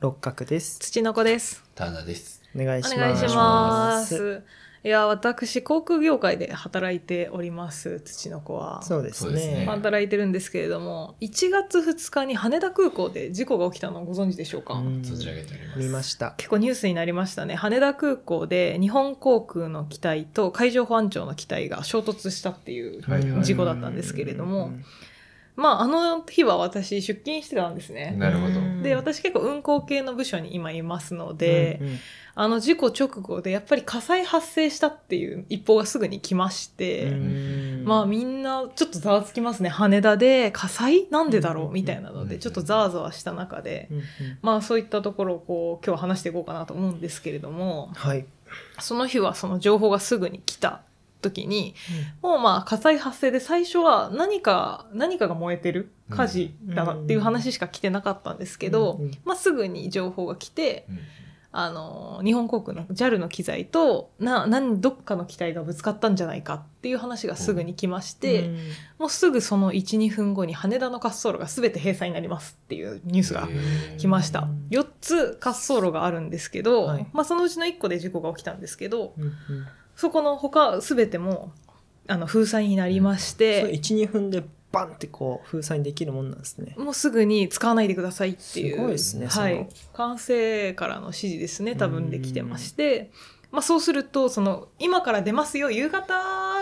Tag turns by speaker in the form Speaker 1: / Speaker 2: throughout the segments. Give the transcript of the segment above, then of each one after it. Speaker 1: 六角です。
Speaker 2: 土の子です。
Speaker 3: ターナーです。
Speaker 1: お願い
Speaker 2: お
Speaker 1: します。
Speaker 2: 願いしま
Speaker 1: お願いし
Speaker 2: す。いや、私、航空業界で働いております、土の子は。
Speaker 1: ますそうです
Speaker 3: そうです
Speaker 1: ね
Speaker 3: ね。
Speaker 2: 働いてるんですけれども、1月2日に羽田空港で事故が起きたのをご存知でしょうか、
Speaker 1: うん
Speaker 3: 存じ上げております。
Speaker 1: 見ました。
Speaker 2: 結構ニュースになりましたね。羽田空港で日本航空の機体と海上保安庁の機体が衝突したっていう。
Speaker 3: はいはい
Speaker 2: 事故だったんですけれど
Speaker 1: う
Speaker 2: も
Speaker 1: ん
Speaker 2: まあ、あの日は私、出勤してたんですね。
Speaker 3: なるほど。
Speaker 1: うん
Speaker 2: で、私結構運航系の部署に今いますので、
Speaker 1: うんうん
Speaker 2: あの事故直後でやっぱり火災発生したっていう一報がすぐに来まして、
Speaker 1: うん
Speaker 2: まあみんなちょっとざわつきますね羽田で火災なんでだろうみたいなの
Speaker 3: うんうんう
Speaker 2: で
Speaker 3: ん
Speaker 2: ちょっとざわざわした中で、
Speaker 1: うんうん
Speaker 2: まあそういったところをこう今日は話していこうかなと思うんですけれども
Speaker 1: はい。
Speaker 2: その日はその情報がすぐに来た時にもうまあ火災発生で最初は何か何かが燃えてる火事だなっていう話しか来てなかったんですけど、
Speaker 1: うんうん
Speaker 2: まあすぐに情報が来て
Speaker 3: うん
Speaker 2: あの日本航空の JAL の機材とな何どっかの機体がぶつかったんじゃないかっていう話がすぐに来まして、
Speaker 1: うん、
Speaker 2: もうすぐその12分後に羽田の滑走路が全て閉鎖になりますっていうニュースが来まし
Speaker 1: う
Speaker 2: た
Speaker 1: ん
Speaker 2: 4つ滑走路があるんですけど、
Speaker 1: はい
Speaker 2: まあ、そのうちの1個で事故が起きたんですけど
Speaker 1: うんうん
Speaker 2: そこの他全てもあの封鎖になりまし
Speaker 1: それ
Speaker 2: て、
Speaker 1: 一二分でバンってこう封鎖にできるもんなんですね。
Speaker 2: もうすぐに使わないでくださいっていう
Speaker 1: すごいですね。
Speaker 2: は
Speaker 1: そ
Speaker 2: い
Speaker 1: の、
Speaker 2: 管制からの指示ですね多分できてまして、まあ、そうするとその今から出ますよ夕方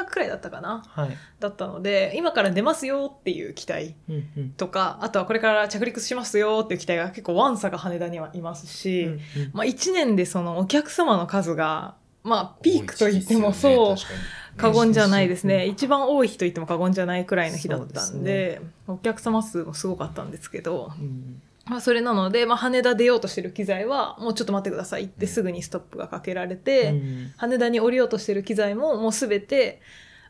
Speaker 2: くらいだったかな
Speaker 1: はい。
Speaker 2: だったので今から出ますよっていう機体
Speaker 1: うんうん
Speaker 2: とかあとはこれから着陸しますよっていう機体が結構ワンサが羽田にはいますし、
Speaker 1: うんうん
Speaker 2: まあ、1年でそのお客様の数が、まあ、ピークと言っても
Speaker 3: 多い
Speaker 2: そう
Speaker 3: 時期ですよね
Speaker 2: 過
Speaker 3: 確か
Speaker 2: 言
Speaker 3: に
Speaker 2: じゃないです
Speaker 1: う
Speaker 2: ね一番多い日と言っても過言じゃないくらいの日だった
Speaker 1: そうんで
Speaker 2: でお客様数もすごかったんですけど。
Speaker 1: うん
Speaker 2: まあ、それなので、まあ、羽田出ようとしてる機材はもうちょっと待ってくださいってすぐにストップがかけられて、
Speaker 1: うん
Speaker 2: 羽田に降りようとしてる機材ももうすべて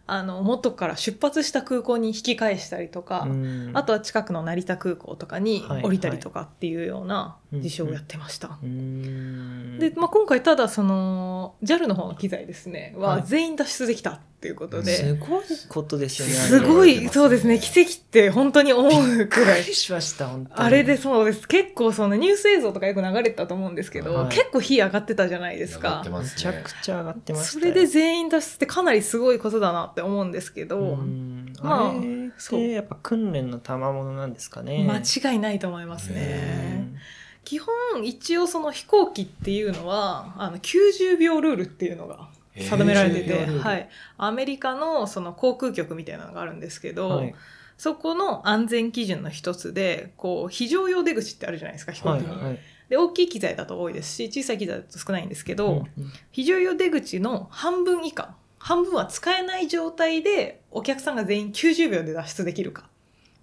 Speaker 2: あの元から出発した空港に引き返したりとか、
Speaker 1: うん
Speaker 2: あとは近くの成田空港とかに
Speaker 1: はい
Speaker 2: 降りたりとかっていうような事象をやってました。
Speaker 1: うん
Speaker 2: で、まあ、今回ただその JAL の方の機材ですね
Speaker 1: はい
Speaker 2: は全員脱出できたっていうことで、
Speaker 1: すごいことですよね。
Speaker 2: す
Speaker 1: あれ
Speaker 2: ご
Speaker 3: 言われて
Speaker 2: い
Speaker 3: ますね
Speaker 2: そうですね奇跡って本当に思うくら
Speaker 1: び
Speaker 2: い
Speaker 1: っくりしました本当に。
Speaker 2: あれでそうです結構そのニュース映像とかよく流れてたと思うんですけど、
Speaker 1: はい
Speaker 2: 結構火上がってたじゃないです
Speaker 3: 上が
Speaker 2: か
Speaker 3: ってま
Speaker 1: め
Speaker 3: す
Speaker 1: ち
Speaker 3: ね
Speaker 1: ゃくちゃ上がってました
Speaker 2: そ
Speaker 1: よ。
Speaker 2: れで全員脱出ってかなりすごいことだなって思うんですけど、
Speaker 1: うん
Speaker 2: まあ
Speaker 1: あれっ
Speaker 2: そう
Speaker 1: てやっぱ訓練の賜物なんですかね。
Speaker 2: 間違いないと思います
Speaker 1: う
Speaker 2: ね
Speaker 1: ん。
Speaker 2: 基本一応その飛行機っていうのはあの90秒ルールっていうのが定められてて、
Speaker 3: えー
Speaker 1: 90秒ルール
Speaker 2: はい、アメリカのその航空局みたいなのがあるんですけど、
Speaker 1: はい
Speaker 2: そこの安全基準の一つでこう非常用出口ってあるじゃないですか飛行
Speaker 1: は
Speaker 2: 機
Speaker 1: い
Speaker 2: に、
Speaker 1: はい。
Speaker 2: で大きい機材だと多いですし小さい機材だと少ないんですけど、
Speaker 1: うんうん
Speaker 2: 非常用出口の半分以下半分は使えない状態でお客さんが全員90秒で脱出できるか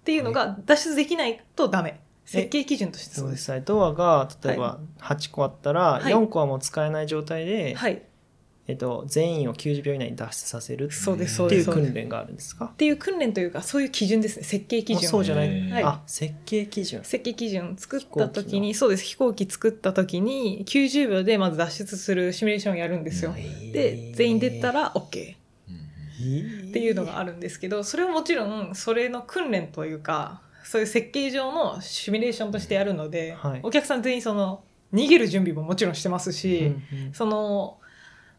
Speaker 2: っていうのが脱出できないとダメ設計基準としてそ
Speaker 1: そうう
Speaker 2: で
Speaker 1: ですすね。ドアが例えば8個あったら
Speaker 2: はい
Speaker 1: 4個はもう使えない状態で、
Speaker 2: はい
Speaker 1: えっと全員を90秒以内に脱出させる
Speaker 2: そうですそ
Speaker 1: っ
Speaker 2: う
Speaker 1: て
Speaker 2: で
Speaker 1: い
Speaker 2: す
Speaker 1: う
Speaker 2: そうですっ
Speaker 1: 訓練があるんですか。
Speaker 2: ていう訓練というかそういう基準ですね設計基
Speaker 1: あそう
Speaker 2: 準
Speaker 1: じゃな。
Speaker 2: はいい
Speaker 1: あ設計基準。
Speaker 2: 設計基準作っ
Speaker 1: 飛行
Speaker 2: た
Speaker 1: 機の
Speaker 2: 時にそうです飛行機作った時に90秒でまず脱出するシミュレーションをやるんですよ
Speaker 3: へー
Speaker 2: で全員出た
Speaker 1: ら
Speaker 2: ら OK
Speaker 3: うん
Speaker 1: っ
Speaker 2: っていうのが
Speaker 1: あ
Speaker 2: あるんですけどそれはもちろんそれの訓練というかそういう設計上のシミュレーションとしてやるので、
Speaker 1: はい
Speaker 2: お客さん全員その逃げる準備ももちろんしてますし、その。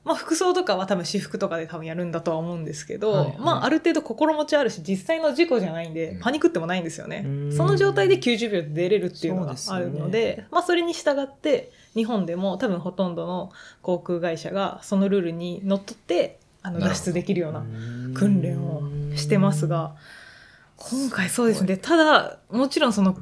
Speaker 2: まあ、服装とかは多分私服とかで多分やるんだとは思うんですけど、
Speaker 1: はいはい
Speaker 2: まあ、ある程度心持ちあるし実際の事故じゃないんで、
Speaker 3: うん
Speaker 2: パニックってもないんですよね、
Speaker 1: うん
Speaker 2: その状態で90秒で出れるっていうのがある
Speaker 1: そ
Speaker 2: の
Speaker 1: う
Speaker 2: で
Speaker 1: です
Speaker 2: まあ、それに従って日本でも多分ほとんどの航空会社がそのルールにのっとってあの
Speaker 3: なるほ
Speaker 2: 脱
Speaker 3: ど
Speaker 2: 出できるような訓練をしてますが今回そうですねただもちろんその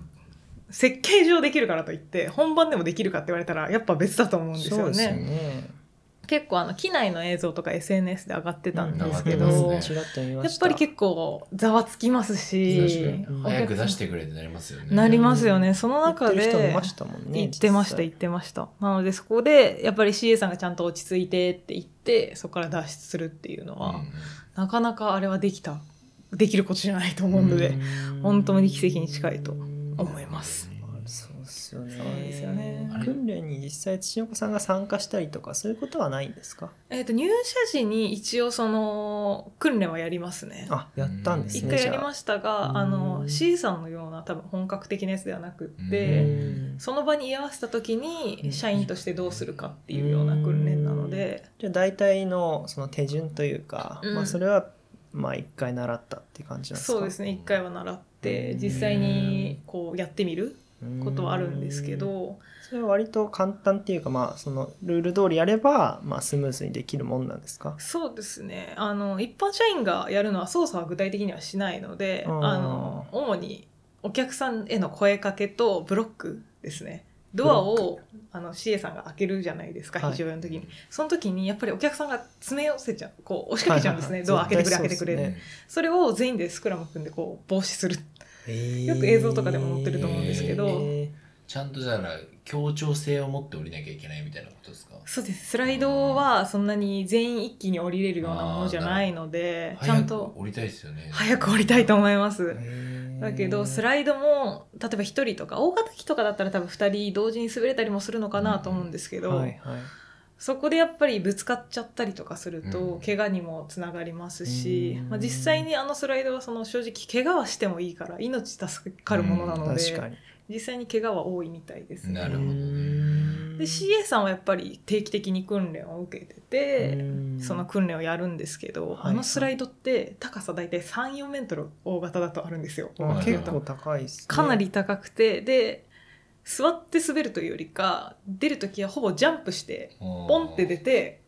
Speaker 2: 設計上できるからといって本番でもできるかって言われたらやっぱ別だと思うんです
Speaker 1: そう
Speaker 2: よ
Speaker 1: で
Speaker 2: ね
Speaker 1: すよね。
Speaker 2: 結構あの機内の映像とか SNS で上がってたんですけど、
Speaker 3: うん上がってますね
Speaker 1: ちらっと見ま
Speaker 2: やっ
Speaker 1: した
Speaker 2: ぱり結構ざわつきますし
Speaker 3: 確
Speaker 1: かに
Speaker 2: お客さん
Speaker 3: 早く出してくれってなりますよね。
Speaker 2: なりますよねその
Speaker 1: 行っ
Speaker 2: 中
Speaker 1: てる人もい
Speaker 2: で
Speaker 1: ましたもんね。
Speaker 2: 言ってました
Speaker 1: 実際
Speaker 2: 言ってましたなのでそこでやっぱり CA さんがちゃんと落ち着いてって言ってそこから脱出するっていうの
Speaker 3: うん
Speaker 2: は、なかなかあれはできたできることじゃないと思うので、
Speaker 1: うん
Speaker 2: 本当に奇跡に近いと思います
Speaker 1: あそうですですよね。
Speaker 2: そうですよね
Speaker 3: あれ
Speaker 1: 訓練に実際土岡さんが参加したりとかそういうことはないんですか。
Speaker 2: えっと入社時に一応その訓練はやりますね
Speaker 1: あ、やったんですね。
Speaker 2: 一回やり
Speaker 1: じゃ
Speaker 2: ま
Speaker 1: あ
Speaker 2: したがあ
Speaker 1: う
Speaker 2: の
Speaker 1: ん
Speaker 2: C さんのような多分本格的なやつではなく
Speaker 3: う
Speaker 2: て
Speaker 3: ん
Speaker 2: その場に居合わせた時
Speaker 1: うん
Speaker 2: に社員としてどうするかっていうような訓練なので
Speaker 1: じゃあ大体のその手順というか、
Speaker 2: うん
Speaker 1: まあそれはまあ一回習ったっていう感じなんですか。
Speaker 2: そうですね一回は習って実際にこうやってみることはあるんですけ
Speaker 1: うん。
Speaker 2: ど
Speaker 1: それは割と簡単っていうかまあそのルール通りやればまあスムーズにできるもんなんですか。
Speaker 2: そうですねあの一般社員がやるのは操作は具体的にはしないので
Speaker 1: あ
Speaker 2: あ
Speaker 1: ー
Speaker 2: の主にお客さんへの声かけとブロックですねドア
Speaker 1: ブ
Speaker 2: をあの CA さんが開けるじゃないですか
Speaker 1: はい
Speaker 2: 非常用の時に、その時にやっぱりお客さんが詰め寄せちゃうこう押しかけちゃうんですね、ドア開けてくれ開けてくれ、
Speaker 1: 絶対そうですね
Speaker 2: それを全員でスクラム組んでこう防止する
Speaker 1: よ
Speaker 2: く映像とかでも載ってると思
Speaker 3: うんですけ
Speaker 2: ど
Speaker 3: ちゃんとじゃあ協調性を持って降りなきゃいけないみたいなことですか
Speaker 2: そうですスライドはそんなに全員一気に降りれるようなものじゃないのでちゃん
Speaker 3: 早く
Speaker 2: と
Speaker 3: 降りたいですよね
Speaker 2: 早く降りたいと思います、だ
Speaker 1: だ
Speaker 2: けどス
Speaker 1: イ
Speaker 2: ライドも例えば1人とか大型機とかだったら多分2人同時に滑れたりもするのかなと思うんですけど、
Speaker 1: はいはい、
Speaker 2: そこでやっぱりぶつかっちゃったりとかすると、
Speaker 3: うん
Speaker 2: 怪我にもつながりますし、
Speaker 1: うん
Speaker 2: まあ、実際にあのスライドはその正直怪我はしてもいいから命助かるものなので、
Speaker 1: 確かに
Speaker 2: 実際に怪我は多いみたいですね。
Speaker 3: なるほどね
Speaker 2: で CA さんはやっぱり定期的に訓練を受けてて、その訓練をやるんですけど、
Speaker 1: はい
Speaker 2: あのスライドって高さ大体34メートル大型だとあるんですよ。
Speaker 1: まあ結構高いですね
Speaker 2: かなり高くて、で座って滑るというよりか出る時はほぼジャンプしてポンって出て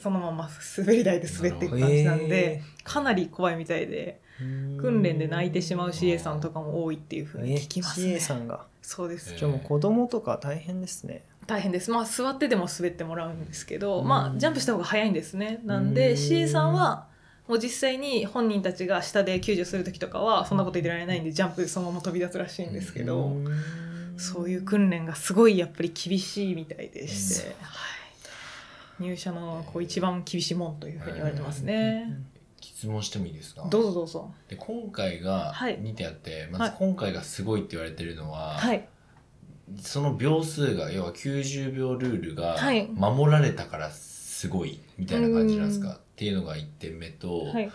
Speaker 2: そのまま滑り台で滑っていく感じなんで、かなり怖いみたいで訓練で泣いてしまう CA さんとかも多いっていうふうに聞きます
Speaker 1: え
Speaker 2: ね
Speaker 1: CA。さんが
Speaker 2: そうです
Speaker 3: え
Speaker 1: じゃあもう子供とか大変ですね
Speaker 2: 大変です、まあ、座ってでも滑ってもらうんですけど、
Speaker 1: うん
Speaker 2: まあ、ジャンプした方が早いんですねなん
Speaker 1: う
Speaker 2: で
Speaker 1: ん
Speaker 2: CA さんはもう実際に本人たちが下で救助する時とかはそんなこと言ってられないんでジャンプでそのまま飛び出すらしいんですけど。そういう訓練がすごいやっぱり厳しいみたいでして、はい、入社のこう一番厳しいもんというふうに言われてますね。
Speaker 3: 質問してもいいですか
Speaker 2: どうぞどうぞ。
Speaker 3: で今回が
Speaker 2: はい
Speaker 3: 2点あって、
Speaker 2: は
Speaker 3: ま
Speaker 2: い
Speaker 3: ず今回がすごいって言われてるのは、
Speaker 2: はい。
Speaker 3: その秒数が要は90秒ルールが
Speaker 2: はい
Speaker 3: 守られたからすごいみたいな感じなんですか、っていうのが1点目と、
Speaker 2: はい。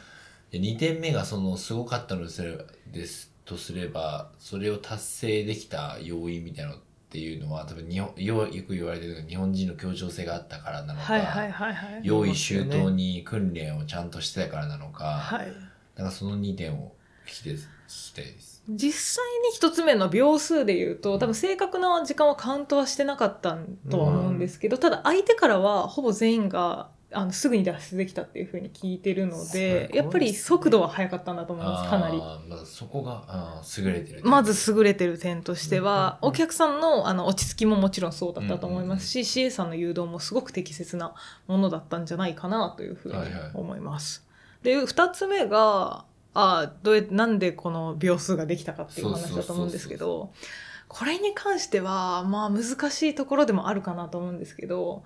Speaker 3: で2点目がそのすごかったのですれですとすればそれを達成できた要因みたいなのっていうのは多分日本よよく言われてるのが日本人の協調性があったからなのか、
Speaker 2: はいはいはいはい。
Speaker 3: 用意周到に訓練をちゃんとしてたからなのか、
Speaker 2: はい。
Speaker 3: なんかその2点を聞きて聞きたいです。
Speaker 2: 実際に一つ目の秒数で言うと多分正確な時間はカウントはしてなかったとは思うんですけど、ただ相手からはほぼ全員があのすぐに脱出できたっていうふうに聞いてるの
Speaker 1: すごいで
Speaker 2: です
Speaker 1: ね
Speaker 2: やっぱり速度は速かったんだと思いますかなり。
Speaker 3: あーまあ、そこがあー優れてる。
Speaker 2: まず優れてる点としては、
Speaker 1: うん
Speaker 2: お客さんのあの落ち着きももちろんそうだったと思いますし、CA さんの誘導もすごく適切なものだったんじゃないかなというふうに
Speaker 3: はいはい
Speaker 2: 思います。で2つ目があどうやなんでこの秒数ができたかっていう話だと思うんですけ
Speaker 3: そう
Speaker 2: どこれに関してはまあ難しいところでもあるかなと思うんですけど、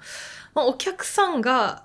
Speaker 2: まあ、お客さんが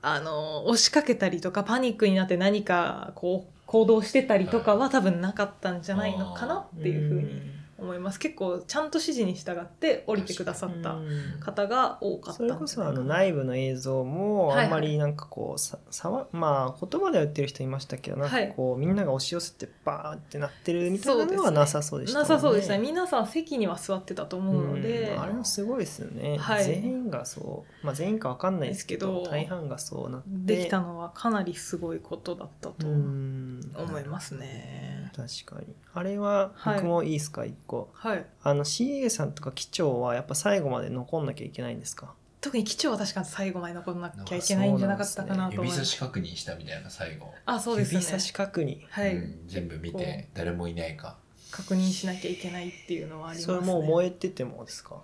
Speaker 2: あの押しかけたりとかパニックになって何かこう行動してたりとかは多分なかったんじゃないのかなっていうふうに思います結構ちゃんと指示に従って降りてくださった
Speaker 1: うん
Speaker 2: 方が多かった
Speaker 1: そ
Speaker 2: んじ
Speaker 1: れ
Speaker 2: ゃ
Speaker 1: こ
Speaker 2: ないか
Speaker 1: そあの内部の映像も
Speaker 2: はいはい
Speaker 1: あんまりなんかこうさ、さわまあ言葉では言ってる人いましたけどなんかこう、みんなが押し寄せてバーってなってるみたいなのはなさそうでしたも
Speaker 2: なんさそうでしたね皆さん席には座ってたと思うので
Speaker 1: うんあれもすごいですよね、
Speaker 2: はい
Speaker 1: 全員がそう、まあ、全員かわかんないですけど
Speaker 2: ですけど
Speaker 1: 大半がそうなって
Speaker 2: できたのはかなりすごいことだったと
Speaker 1: うん
Speaker 2: 思いますね。
Speaker 1: 確かにあれは
Speaker 2: はい
Speaker 1: 僕もいいですか一個
Speaker 2: はい、
Speaker 1: あの CA さんとか機長はやっぱ最後まで残んなきゃいけないんですか
Speaker 2: 特に機長は確かに最後まで残んなきゃいけないんじゃなかったかなと思い
Speaker 3: 指
Speaker 2: ま
Speaker 3: 差
Speaker 2: す。
Speaker 3: し確認したみたいな最後。
Speaker 2: あ、そうですね
Speaker 1: 指。差し確認
Speaker 2: はい、
Speaker 3: うん全部見
Speaker 2: 結
Speaker 3: て誰もいないか。
Speaker 2: 確認しなきゃいけないっていうのはあります
Speaker 1: そ
Speaker 2: ね。
Speaker 1: れもう燃えててもですか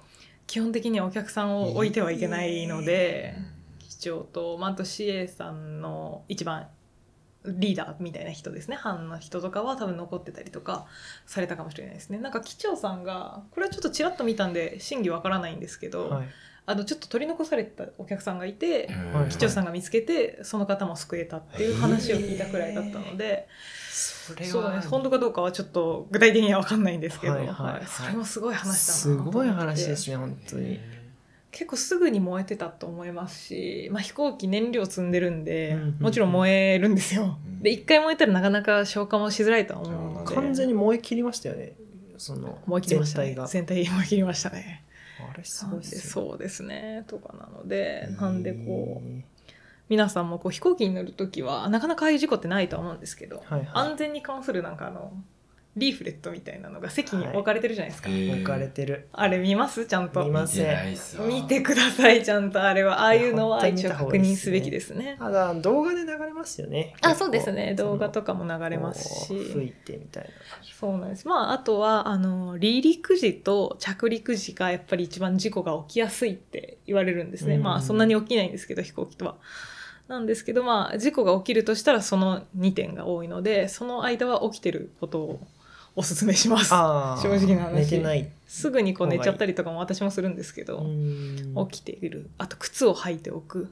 Speaker 2: 基本的にはお客さんを置いてはいけないので、
Speaker 3: う
Speaker 2: 機長と、まあ、あと CA さんの一班リーダーみたいな人ですね班の人とかは多分残ってたりとかされたかもしれないですねなんか機長さんがこれはちょっとちらっと見たんで真偽わからないんですけど、
Speaker 1: はい
Speaker 2: あのちょっと取り残されたお客さんがいて
Speaker 3: ん
Speaker 1: はい
Speaker 2: 機長さんが見つけてその方も救えたっていう話を聞いたくらいだったので、
Speaker 1: それ
Speaker 2: そう
Speaker 1: は
Speaker 2: です本当かどうかはちょっと具体的には分かんないんですけど、
Speaker 1: は
Speaker 2: はいい
Speaker 1: はいはい
Speaker 2: それもすごい話だな
Speaker 1: すごい話ですね
Speaker 2: ね
Speaker 1: 本当に。
Speaker 2: 結構すぐに燃えてたと思いますし、まあ、飛行機燃料積んでるんで、
Speaker 1: うんうんうん
Speaker 2: もちろん燃えるんですよ、
Speaker 3: うん
Speaker 2: で一回燃えたらなかなか消化もしづらいとは思うので
Speaker 1: 完全に燃え切りましたよねその
Speaker 2: 燃え切りましたね
Speaker 1: 全体が
Speaker 2: 全体燃え切りましたね
Speaker 1: あれすごいっ
Speaker 2: なんです
Speaker 1: よね
Speaker 2: そうですねとかなので
Speaker 1: へー
Speaker 2: なんでこう皆さんもこう飛行機に乗る時はなかなかああいう事故ってないとは思うんですけど、
Speaker 1: はいはい
Speaker 2: 安全に関するなんかあのリーフレットみたいなのが席に置かれてるじゃないですか、
Speaker 3: はい
Speaker 1: 置かれてる
Speaker 2: あれ見ますちゃんと
Speaker 1: 見
Speaker 3: 見
Speaker 1: ます
Speaker 3: てないっすわ
Speaker 2: 見てくださいちゃんとあれはああいうの
Speaker 1: い
Speaker 2: は
Speaker 1: や
Speaker 2: 一応
Speaker 1: 本
Speaker 2: 確
Speaker 1: 当に見た方がいい
Speaker 2: 認
Speaker 1: です
Speaker 2: す
Speaker 1: ね
Speaker 2: べきですね
Speaker 1: ただ動画で流れますよね
Speaker 2: あそうですね
Speaker 1: 結構
Speaker 2: 動画と
Speaker 1: そ
Speaker 2: かも流
Speaker 1: の
Speaker 2: れます
Speaker 1: こう吹
Speaker 2: し
Speaker 1: いてみたいな
Speaker 2: そうなんですまああとはあの離陸時と着陸時がやっぱり一番事故が起きやすいって言われるんですね、
Speaker 1: うん
Speaker 2: まあそんなに起きないんですけど飛行機とは。なんですけどまあ事故が起きるとしたらその2点が多いのでその間は起きてることをおすすめします
Speaker 1: あー
Speaker 2: 正直な話
Speaker 1: 寝てない
Speaker 2: すぐにこう寝ちゃったりとかも私もするんですけど、
Speaker 1: うん
Speaker 2: 起きているあと靴を履いておく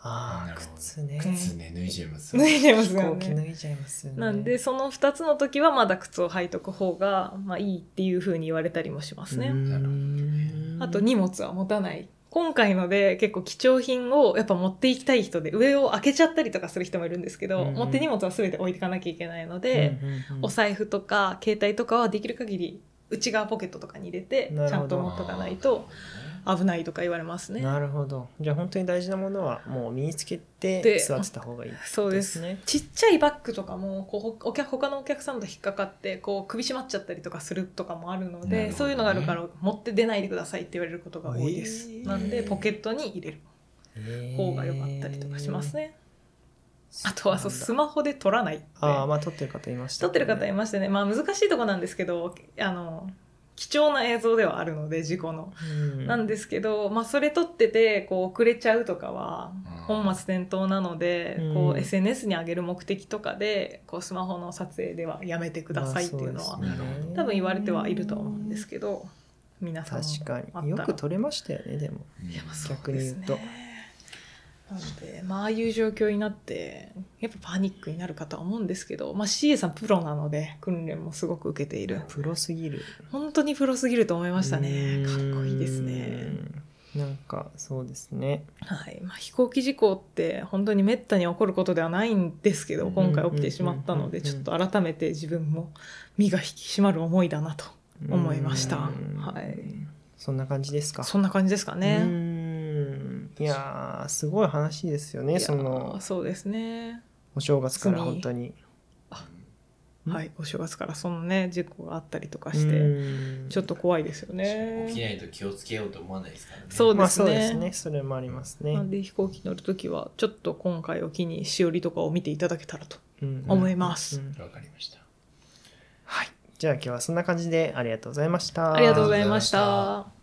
Speaker 1: あ
Speaker 3: な
Speaker 1: あ
Speaker 3: るほど
Speaker 1: 靴ね
Speaker 3: 靴ね脱いじゃいます
Speaker 2: 脱いでま
Speaker 1: 飛
Speaker 2: すよ
Speaker 1: 行機
Speaker 2: ね
Speaker 1: 脱いじゃいますよね
Speaker 2: なんでその2つの時はまだ靴を履いとく方が、まあ、いいっていうふうに言われたりもしますね、
Speaker 1: うん
Speaker 3: なるほど
Speaker 2: あと荷物は持たない今回ので結構貴重品をやっぱ持っていきたい人で上を開けちゃったりとかする人もいるんですけど、
Speaker 1: うんうん
Speaker 2: 持って荷物は全て置いていかなきゃいけないの
Speaker 1: うん
Speaker 2: で、
Speaker 1: うんうん
Speaker 2: お財布とか携帯とかはできる限り内側ポケットとかに入れて
Speaker 1: な
Speaker 2: ち
Speaker 1: る
Speaker 2: ゃ
Speaker 1: ほ
Speaker 2: ん
Speaker 1: ど
Speaker 2: と持っとかないと危ないとか言われますね。
Speaker 1: なるほどじゃあ本当に大事なものはもう身につけて
Speaker 2: で
Speaker 1: 座ってた方がいい
Speaker 2: そうです
Speaker 1: ね
Speaker 2: ちっちゃいバッグとかもこうほお客他のお客さんと引っかかってこう首絞まっちゃったりとかするとかもあるの
Speaker 3: な
Speaker 2: で
Speaker 3: るほどね
Speaker 2: そういうのがあるから持って出ないでくださいって言われることが多いです、
Speaker 1: えー
Speaker 2: なんでポケットに入れる方が良かったりとかしますね、あとはそうスマホで撮らないって
Speaker 1: ああまあ撮ってる方いました
Speaker 2: 撮
Speaker 1: ね、
Speaker 2: ってる方いましたねまあ難しいとこなんですけどあの貴重な映像ではあるので事故の、
Speaker 1: うん
Speaker 2: なんですけど、まあ、それ撮っててこう遅れちゃうとかは
Speaker 3: うん
Speaker 2: 本末転倒なので、
Speaker 1: うん
Speaker 2: こう SNS に上げる目的とかでこうスマホの撮影ではやめてくださいっていうのは、
Speaker 1: まあそうですね
Speaker 2: 多分言われてはいるとは思うんですけど皆さんも
Speaker 1: 確か
Speaker 2: あった
Speaker 1: に
Speaker 2: ら
Speaker 1: よく撮れましたよねでも
Speaker 3: うん
Speaker 2: いやまあ
Speaker 1: 逆に言うと
Speaker 2: そうですねなのでまあああいう状況になってやっぱパニックになるかとは思うんですけど、まあ、CA さんプロなので訓練もすごく受けている
Speaker 1: プロすぎる
Speaker 2: 本当にプロすぎると思いましたねかっこいいですね。
Speaker 1: うんなんかそうですね
Speaker 2: はいまあ、飛行機事故って本当にめったに起こることではないんですけど今回起きてしまったので
Speaker 1: うんうん
Speaker 2: ち
Speaker 1: うんう
Speaker 2: ょ
Speaker 1: ん
Speaker 2: っと改めて自分も身が引き締まる思いだなと思いました
Speaker 1: うん
Speaker 2: はい
Speaker 1: そんな感じですか
Speaker 2: そんな感じですか
Speaker 1: う
Speaker 2: ね。
Speaker 1: んいやーすごい話ですよね
Speaker 2: いや
Speaker 1: その
Speaker 2: そうですね、
Speaker 1: お正月から本当にうん
Speaker 2: はい、お正月からそのね事故があったりとかして
Speaker 1: うん
Speaker 2: ちょっと怖いですよ
Speaker 3: 起き
Speaker 2: ね。
Speaker 3: ないと気をつけようと思わないですからね
Speaker 2: そう
Speaker 1: ま
Speaker 2: で
Speaker 1: あ
Speaker 2: す
Speaker 1: そうです
Speaker 2: ね
Speaker 1: ねそれもありますね
Speaker 2: なんで飛行機乗るときはちょっと今回を機にしおりとかを見ていただけたらと
Speaker 1: うん
Speaker 2: 思いま
Speaker 1: う
Speaker 2: す。
Speaker 1: ん
Speaker 3: わかりました
Speaker 1: はいじゃあ今日はそんな感じでありがとうございました
Speaker 2: ありがとうございまし。
Speaker 3: ありがとうございました